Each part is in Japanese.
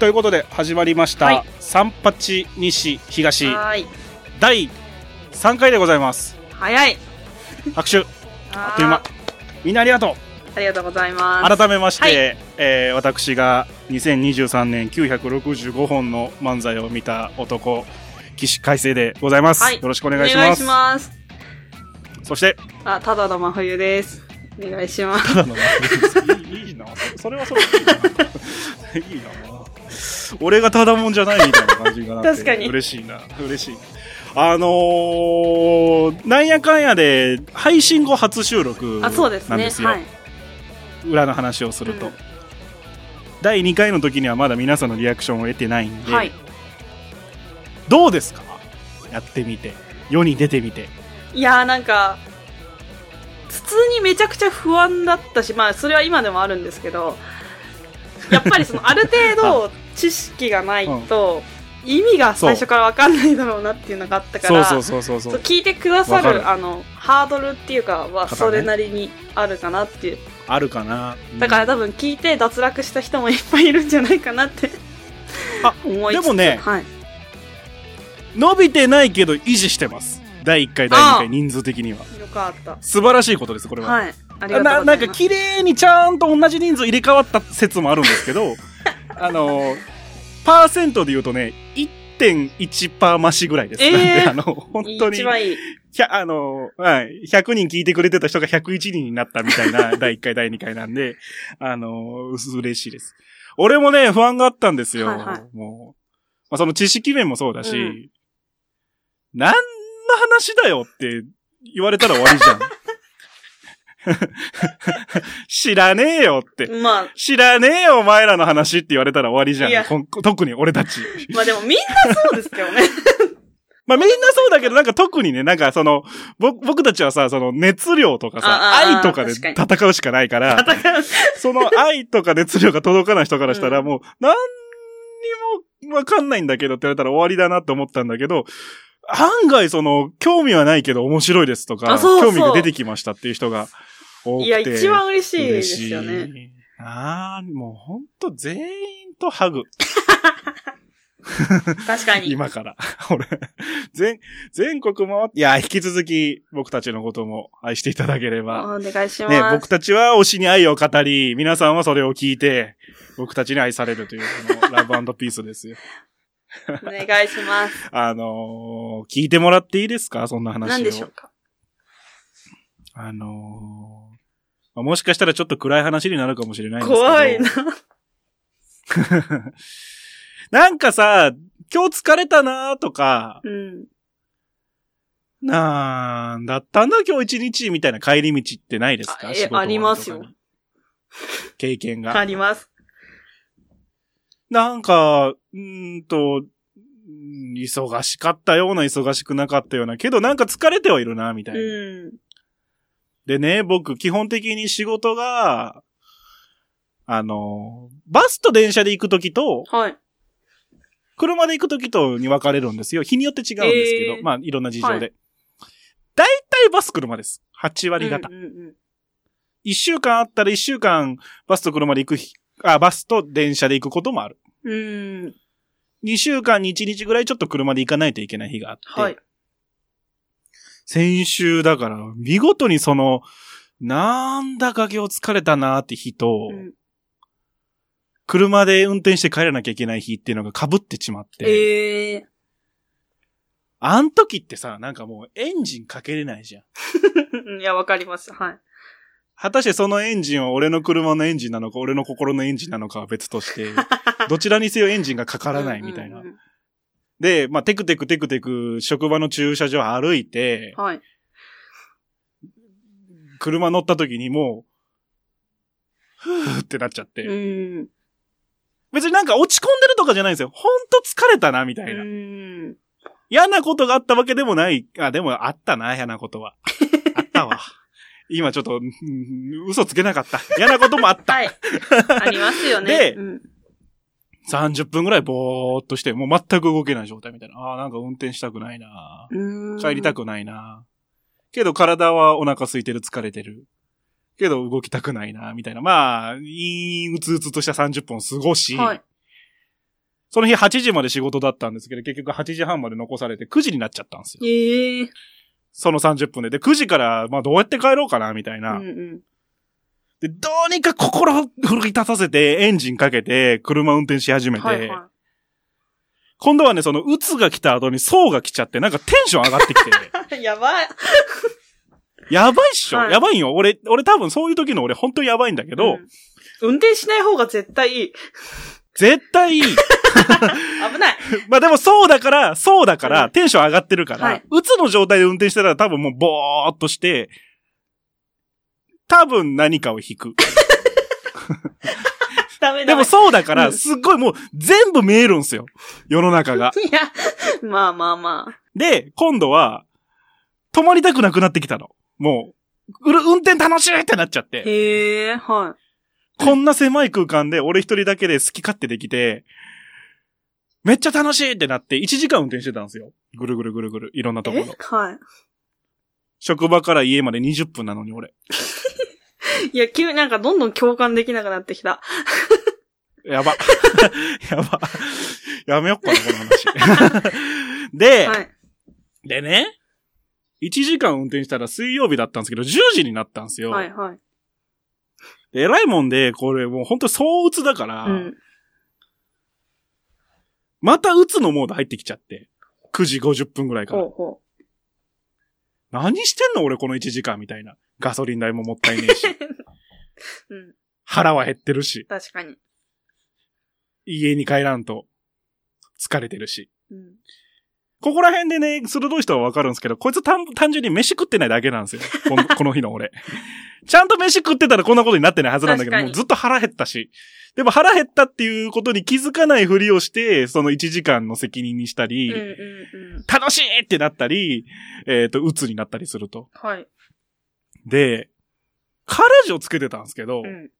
ということで始まりました、はい三八西東はーい。第3回でございます早い。拍手ああっという間みんなありがとうありがとうございます。改めまして、はいえー私が2023年965本の漫才を見た男起死回生でございます、はいよろしくお願いしますます。そしてあ、ただの真冬です。お願いします。ただのいいいいなそそれはそれでいいないいな俺がただもんじゃないみたいな感じになって確かに嬉しいな嬉しいあのー、なんやかんやで配信後初収録なあ、んですそようですね。はい。裏の話をすると、うん第2回の時にはまだ皆さんのリアクションを得てないんで、はい。どうですかやってみて世に出てみていやーなんか、普通にめちゃくちゃ不安だったし、まあそれは今でもあるんですけど、やっぱりそ のある程度知識がないと、意味が最初からわかんないだろうなっていうのがあったかそうら、そうそうそうそそうう聞いてくださわるかるあのハードルっていうかは方ねそれなりにあるかなっていうあるかなだから多分聞いて脱落した人もいっぱいいるんじゃないかなってあ 思いつつでもねはい、うん伸びてないけど維持してます第1回第2あ回人数的にはよかった素晴らしいことですこれは、はいありがとうございなますなんか綺麗にちゃんと同じ人数入れ替わった説もあるんですけ どあのパーセントで言うとね1.1%増しぐらいです、えーなんで あの本当に一番いいひゃ、あの、はい、100人聞いてくれてた人が101人になったみたいな、第1回、第2回 なんで、あの、嬉しいです。俺もね、不安があったんですよ。はいはいもう。まあ、その知識面もそうだし、うん何の話だよって言われたら終わりじゃん。 知らねえよって。まあ知らねえよ、お前らの話って言われたら終わりじいゃん。やこん特に俺たち。まあでもみんなそうです けどね まあみんなそうだけど、なんか特にね、なんかその、ぼ、僕たちはさ、その熱量とかさ、あああ愛とかで確戦うしかない から、戦うその愛とか熱量が届かない人からしたら、うんもう、何にもわかんないんだけどって言われたら終わりだなって思ったんだけど、案外その、興味はないけど面白いですとか、あそうそ興う味が出てきましたっていう人が多くて。いや一番嬉しいで嬉すよねしい。ああ、もうほんと全員とハグ。確かに今から。 俺、全、全国も、いや、引き続き僕たちのことも愛していただけれおば。願いします、ね、僕たちは推しに愛を語り、皆さんはそれを聞いて、僕たちに愛されるという、このラブピースですよ。 お願いしますあのー聞いてもらっていいですかそんな話を。何でしょうかあのーまあもしかしたらちょっと暗い話になるかもしれないんですけど。怖いな なんかさ、今日疲れたなーとか、うんなんだったんだ今日一日みたいな帰り道ってないですかあえ仕事終わりとかにありますよ経験が。ありますなんか、うーんと、うん忙しかったような、忙しくなかったような、けどなんか疲れてはいるな、みたいうな。んでね、僕、基本的に仕事が、あの、バスと電車で行くときと、はい車で行くときとに分かれるんですよ。日によって違うんですけど、えーまあ、いろんな事情で。は大体バス車です。8割方。うんうんうん一週間あったら一週間バスと車で行く日、あ、バスと電車で行くこともある。うん二週間に一日ぐらいちょっと車で行かないといけない日があって。はい先週だから、見事にその、なんだか今日疲れたなーって日と、うん車で運転して帰らなきゃいけない日っていうのが被ってちまって、ええあん時ってさ、なんかもうエンジンかけれないじゃん。ー、い やわかりますはい果たしてそのエンジンは俺の車のエンジンなのか、俺の心のエンジンなのかは別と して、どちらにせよエンジンがかからないみたいなうんう。んで、まあ、テクテクテクテク、職場の駐車場歩いてうん、はい車乗った時にもう、ふーってなっちゃって。うん別になんか落ち込んでるとかじゃないんですよ。ほんと疲れたな、みたいな。うん嫌なことがあったわけでもない。あ、でもあったな、嫌なことは。あったわ。 今ちょっと、うん嘘つけなかった。嫌なこともあった。 はい。ありますよね。でうん、 30分ぐらいぼーっとして、もう全く動けない状態みたいな。あーなんか運転したくないな。うーん帰りたくないな。けど体はお腹空いてる、疲れてる。けど動きたくないな、みたいな。まあ、いい、うつうつとした30分を過ごし、はい。その日8時まで仕事だったんですけど、結局8時半まで残されて9時になっちゃったんですよ。ええその30分で。で、9時から、まあどうやって帰ろうかな、みたいな。うんうん。で、どうにか心を奮い立たせて、エンジンかけて、車運転し始めて、はいは今度はね、その、鬱が来た後に、層が来ちゃって、なんかテンション上が ってきて、い。やばい。やばいっしょ、はいやばいよ。俺、俺多分そういう時の俺、本当にやばいんだけど、うん運転しない方が絶対いい。絶 対いい。危ない。まあでも、そうだから、そうだから、うんテンション上がってるから、はい鬱の状態で運転してたら、多分もう、ぼーっとして、多分何かを引 く。ダメでダメ。もそうだかうら、んすっごいもう全部見えるんすよ。世の中 が。いや、まあまあまあ。で、今度は、止まりたくなくなってきたの。もう、うる運転楽しいってなっちゃって。へえ、は。こんな狭い空間で俺一人だけで好き勝手できて、めっちゃ楽しいってなって、1時間運転してたんですよ。ぐるぐるぐるぐる、いろんないとこえろ。は職場から家まで20分なのに俺。い。いや、急になんかどんどん共感できなくなってきた。や ば。やば。やめよっかな、この 話。で、はい。でね、1時間運転したら水曜日だったんですけど、10時になったんですよ。はいはい。で偉いもんで、これもう本当相鬱だから、うん。また打つのモード入ってきちゃって。9時50分ぐらいかほら。うほ何してんの俺この1時間みたいな。ガソリン代ももったいねえ し。う。うん。腹は減ってるし。確かに。家に帰らんと。疲れてるし。うん。ここら辺でね、鋭い人はわかるんですけど、こいつ単単純に飯食ってないだけなん ですよ。このこの日の俺。ちゃんと飯食ってたらこんなことになってないはずなんだけど、確かにもうずっと腹減ったし。でも腹減ったっていうことに気づかないふりをして、その1時間の責任にしたうり、んうんうん。楽しいってなったり、えっ、と、鬱になったりすると。はい。で、カラジをつけてたんですけど、うん。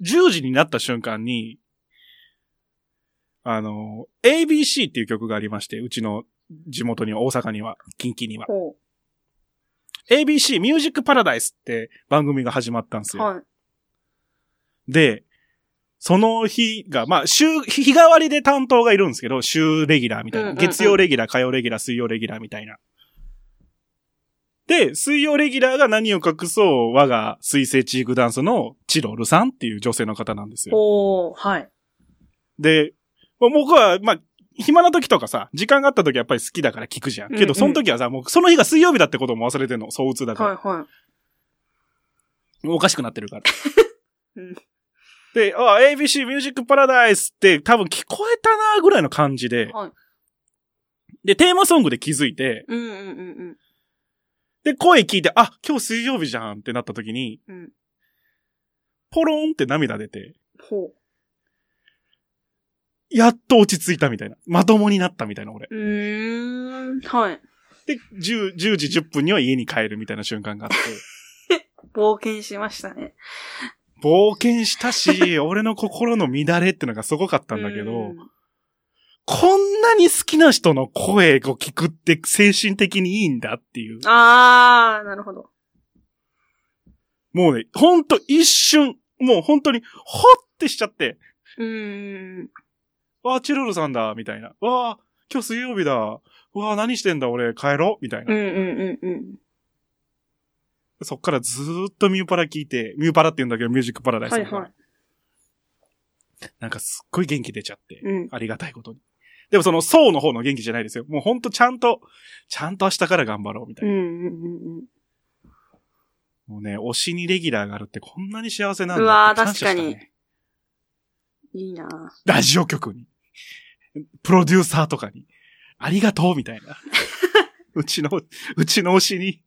10時になった瞬間に、あの、ABC っていう曲がありまして、うちの地元には、大阪には、近畿には。ほ ABC ミュージックパラダイスって番組が始まったんですう。よ。はい。で、その日が、まあ、週、日日替わりで担当がいるんですけど、週レギュラーみたいな。うんうんうん月曜レギュラー、火曜レギュラー、水曜レギュラーみたいな。で、水曜レギュラーが何を隠そう、我が水星チークダンスのチロルさんっていう女性の方なんですよ。おー、はい。で、まあ僕は、まあ、暇な時とかさ、時間があった時はやっぱり好きだから聞くじゃん。けうんうど、んその時はさ、もうその日が水曜日だってことも忘れてんの、相うつだから。はいはおかしくなってるから。い。 うん。で、あ、ABC ミュージックパラダイスって多分聞こえたなぐらいの感じで、はい。で、テーマソングで気づいて、うんうんうんで、声聞いて、あ、今日水曜日じゃんってなった時に、うん。うん。ポロンって涙出て、ほやっと落ち着いたみたいな。まともになったみたいな、俺。う。うーん。はい。で、10, 10時10分には家に帰るみたいな瞬間が あって、冒険しましたね。冒険したし、俺の心の乱れってのがすごかったんだけうどん、。こんなに好きな人の声を聞くって精神的にいいんだっていう。あー、なるほど。もうね、ほんと一瞬、もう本当に、ほってしちゃって、うーん。わあ、チロルさんだ、みたいな。わあ、今日水曜日だ。わあ、何してんだ、俺、帰ろう、みたいうんうな。んうんうん。そっからずーっとミューパラ聞いて、ミューパラって言うんだけど、ミュージックパラダイスはだいから、はい。なんかすっごい元気出ちゃって、うん。ありがたいことに。でもその、層の方の元気じゃないですよ。もうほんとちゃんと、ちゃんと明日から頑張ろう、みたういんな。うんうんもうね、推しにレギュラーがあるってこんなに幸せなんだってうわー感謝したね確かうん。いいなぁラジオ局に、プロデューサーとかに、ありがとうみたいな。うちの、うちの推しに、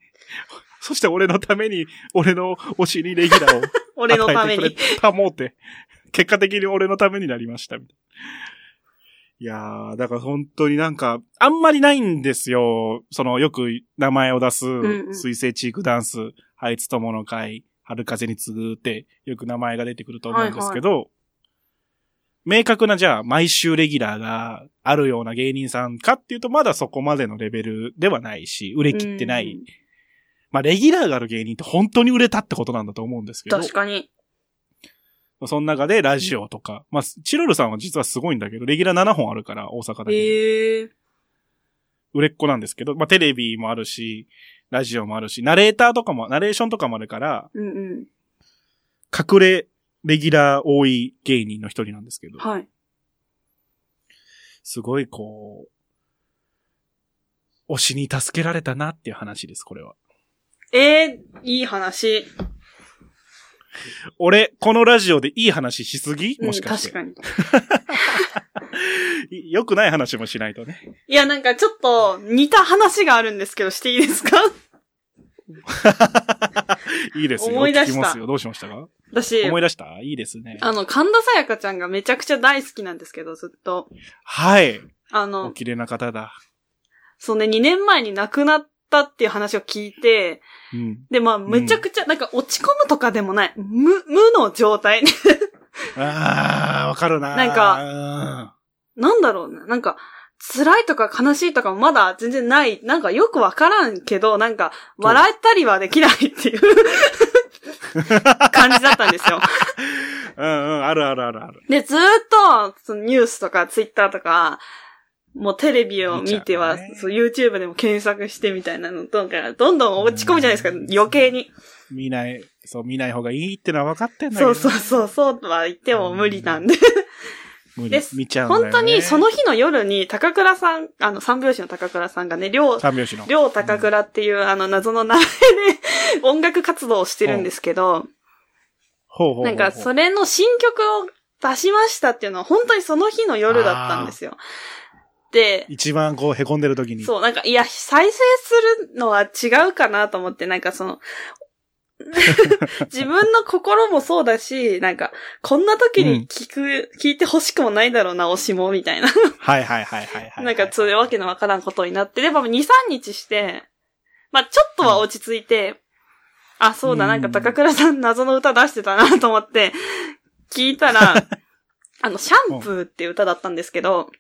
そして俺のために、俺の推しにレギュラーを俺のた与めえてくれに。たもうて、結果的に俺のためになりましたみたいな。いやー、だから本当になんか、あんまりないんですよ。その、よく名前を出す、んうん水星チークダンス、ハイツ友の会、春風に次ぐって、よく名前が出てくると思うんですけど、明確なじゃあ、毎週レギュラーがあるような芸人さんかっていうと、まだそこまでのレベルではないし、売れ切ってない。うんまあ、レギュラーがある芸人って本当に売れたってことなんだと思うんですけど。確かに。まあその中でラジオとか、まあ、チロルさんは実はすごいんだけど、レギュラー7本あるから、大阪だけで。ええ売れっ子なんですけど、まあ、テレビもあるし、ラジオもあるし、ナレーターとかも、ナレーションとかもあるから、うんうん。隠れレギュラー多い芸人の一人なんですけど、はい。すごいこう、推しに助けられたなっていう話です、これは。ええいい話。俺、このラジオでいい話しすぎもしかして。うん、確か 良くない話もしないと ね。に。いや、なんかちょっと似た話があるんですけど、してい いですかいいですよ。思い出した聞きますよ。どうしましたか私、思い出したいいですね。あの、神田沙也加ちゃんがめちゃくちゃ大好きなんですけど、ずっと。はい。あおの、綺麗な方だ。そうね、2年前に亡くなったっていう話を聞いて、うん。で、まあ、めちゃくちゃ、なんか落ち込むとかでもない、無、無の状態。 あー、わかるな。なんか、なんだろうな、なんか、辛いとか悲しいとかもまだ全然ない、なんかよくわからんけど、なんか、笑ったりはできないっ ていう感じだったんですよ。うんうん、あるあるあるある。で、ずーっと、そのニュースとかツイッターとか、もうテレビを見ては、見ちゃうねそう YouTube でも検索してみたいなのとか、どんどん落ち込むじゃないですか、余計に。見ない、そう、見ない方がいいってのは分かってんだけそど。うそうそう、そうは言っても無理なん で。無理です見ちゃうんだよ、ね。本当にその日の夜に、高倉さん、あの、三拍子の高倉さんがね、りょう、三拍子の。りょう高倉っていう、あの、謎の名前で 音楽活動をしてるんですけど、ほうほうほうほうなんか、それの新曲を出しましたっていうのは、本当にその日の夜だったんですよ。で、一番こう、凹んでる時に。そう、なんか、いや、再生するのは違うかなと思って、なんかその、 自分の心もそうだし、なんか、こんな時に聞く、聞いて欲しくもないだろうな、推しも、みたいな。はいはいはいはいはい。なんか、そういうわけのわからんことになって、でも2、3日して、まあ、ちょっとは落ち着いて、あ、そうだ、うんなんか高倉さん謎の歌出してたなと思って、聞い たら、あの、シャンプーっていう歌だったんですけど、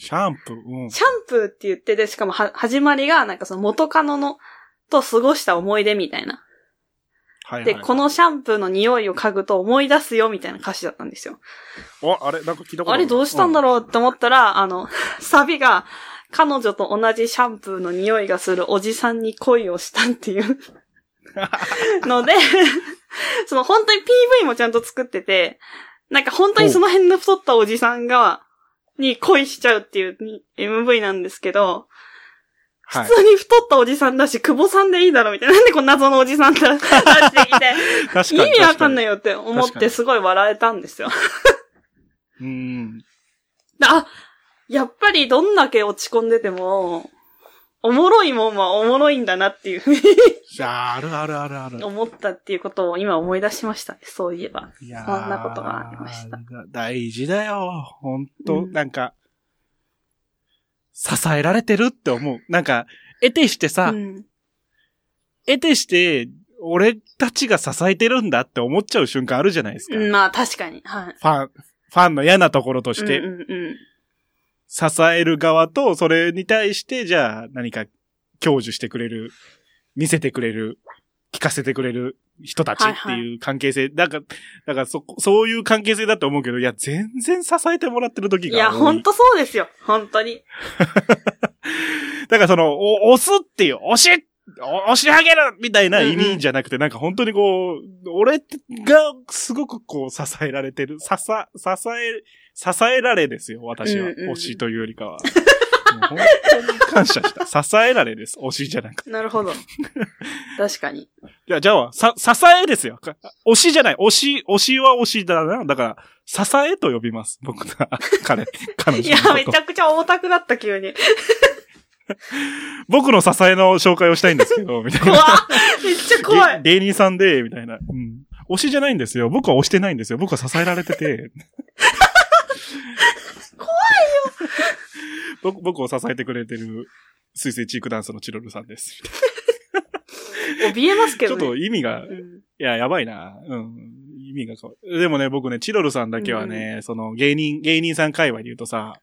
シャンプー、うん。シャンプーって言ってで、しかもは、始まりが、なんかその元カノの、と過ごした思い出みたいな。はいはい。で、このシャンプーの匂いを嗅ぐと思い出すよみたいな歌詞だったんですよ。お、あれ、なんか聞いたことあれどうしたんだろうって思ったら、あの、 サビが、彼女と同じシャンプーの匂いがするおじさんに恋をしたっていうので、 その本当に PV もちゃんと作ってて、なんか本当にその辺の太ったおじさんが、に恋しちゃうっていうに MV なんですけど、うん。はい普。通に太ったおじさんだし、久保さんでいいだろみたいな。なんでこんな謎のおじさんだ出してきて、 確かに。意味わかんないい。よって思っ確かてにすごい笑えたんですよ。うん。であ、やっぱりどんだけ落ち込んでても、おもろいもんはおもろいんだなっていうふうにいやーあるあるあるある。思ったっていうことを今思い出しましたね。そういえば。いやーそんなことがありました。大事だよ。本当、うんなんか、支えられてるって思う。なんか、得てしてさ、うん。得てして、俺たちが支えてるんだって思っちゃう瞬間あるじゃないですか。うんフまあ確かに。はい。ァン、ファンの嫌なところとして、うんうんうん。支える側と、それに対して、じゃあ何か享受してくれる、見せてくれる、聞かせてくれる人たちはいってはいいう関係性。だから、だからそこ、そういう関係性だと思うけど、いや、全然支えてもらってる時いが多い。や、ほんとそうですよ。本当に。 だからその、お押すっていう、押し、お押し上げるみたいな意味じゃなくて、なんか本当にこう、俺がすごくこう支えられてる、支え、支え、支えられですよ、私は。うんうん推しというよりかは。もう本当に感謝した。 支えられです、推しじゃなくて。なる ほど。確かに。じゃあ、じゃあ、さ、支えですよ。か推しじゃない。推し、推しは推しだな。だから、支えと呼びます。僕が、彼、彼い女やのこと。、めちゃくちゃ重たくなった急に。僕の支えの紹介をしたいんですけど、みたいな怖。っめっちゃ怖い。芸芸人さんで、みたいな。うん。推しじゃないんですよ。僕は推してないんですよ。僕は支えられて て。怖いよ 僕を支えてくれてる、水星チークダンスのチロルさんです。怯えますけちどょっね。と意味が、うんいや、やばいな。うん。意味が変わる。でもね、僕ね、チロルさんだけはね、その芸人、芸人さん界隈で言うとさ、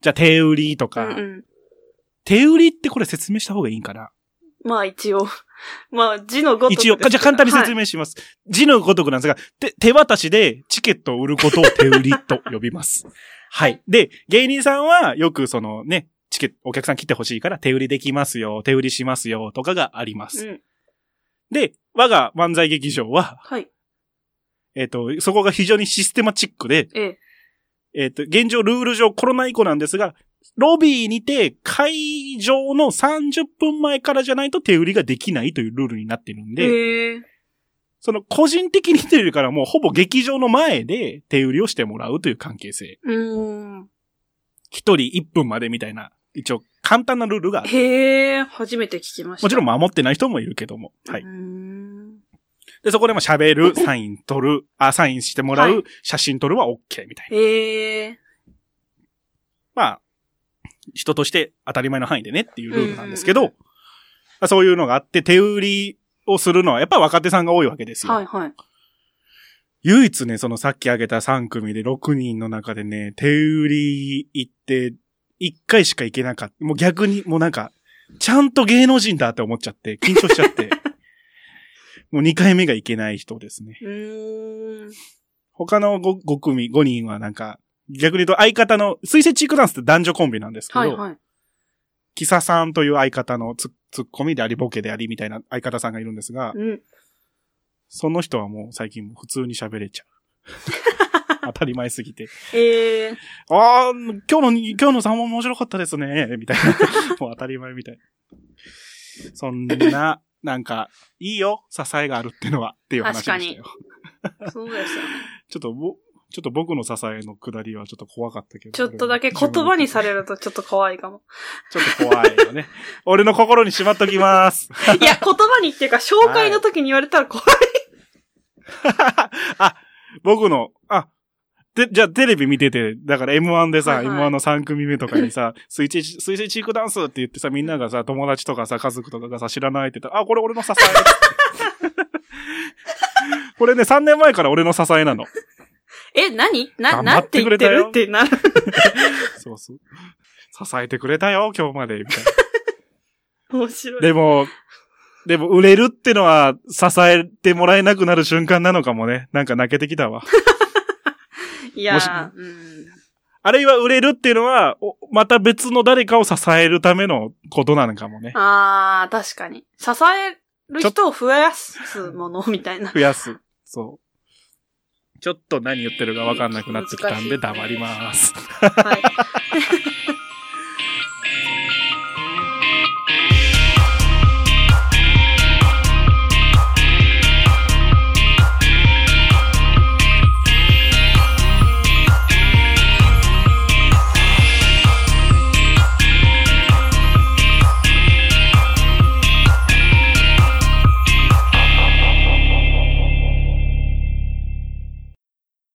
じゃあ手売りとうか、んうん。手売りってこれ説明した方がいいんかなまあ一応。 まあ字のごとくです一応、けど。じゃあ簡単に説はい明します。字のごとくなんですが、手、手渡しでチケットを売ることを手売りと呼びます。はい。で、芸人さんはよくそのね、チケット、お客さん来てほしいから手売りできますよ、手売りしますよ、とかがあります。うん。で、我が漫才劇場は、はい。えっ、と、そこが非常にシステマチックで、ええ。えっ、と、現状ルール上コロナ以降なんですが、ロビーにて会場の30分前からじゃないと手売りができないというルールになってるんで、ええその個人的にというよりからもうほぼ劇場の前で手売りをしてもらうという関係性。うーん。一人1分までみたいな、一応簡単なルールがある。へえ、初めて聞きました。もちろんん、守ってない人もいるけども。は。。はいで、そこでも喋る、サイン取る、あ、サインしてもらはうい、写真撮るは OK みたいな。へえ、まあ、人として当たり前の範囲でねっていうルールなんですけうんどう、まあそういうのがあって、手売りをするのはやっぱ若手さんが多いわけですよ。はいはい。唯一ね、そのさっき挙げた3組で6人の中でね、手売り行って、1回しか行けなかった。もう逆に、もうなんか、ちゃんと芸能人だって思っちゃって、緊張しちゃ って。もう2回目が行けない人ですね。うーん。他の 5, 組、5人はなんか、逆に言うと相方の、水星チークダンスって男女コンビなんですけど、はいはい。キサさんという相方のツッツッコミであり、ボケでありみたいな相方さんがいるんですが、うん。その人はもう最近普通に喋れ ちゃう。当たり前すぎて。ええ、ああ、今日の、今日の3問面白かったですね、 みたいな。もう当たり前みたい。そんな、なんか、いいよ、支えがあるってのは、っていう話でしたよ。そうです よね。ちょっとぼ、ちょっと僕の支えのくだりはちょっと怖かったけど。ちょっとだけ言葉にされれるとちょっと怖いかも。ちょっと怖いよね。俺の心にしまっときます。いや、言葉にっていうか、紹介の時に言われたら怖い。あ、僕の、あ、で、じゃあテレビ見てて、だから M1 でさ、はいはい M1 の3組目とかにさ、 水星、水星チークダンスって言ってさ、みんながさ、友達とかさ、家族とかがさ、知らないって言ったら、あ、これ俺の 支え。これね、3年前から俺の支えなの。え、何な、頑張なっんててく言れったてよるってなる。そうそう。支えてくれたよ、今日まで、みたいな。面白い。でも、でも、売れるってのは、支えてもらえなくなる瞬間なのかもね。なんか泣けてきたわ。いもやしー、うん。あるいは売れるっていうのは、おまた別の誰かを支えるためのことなのかもね。あー、確かに。支える人を増やすものみたい な。増やす。そう。ちょっと何言ってるかわかんなくなってきたんで難し黙ります。はい。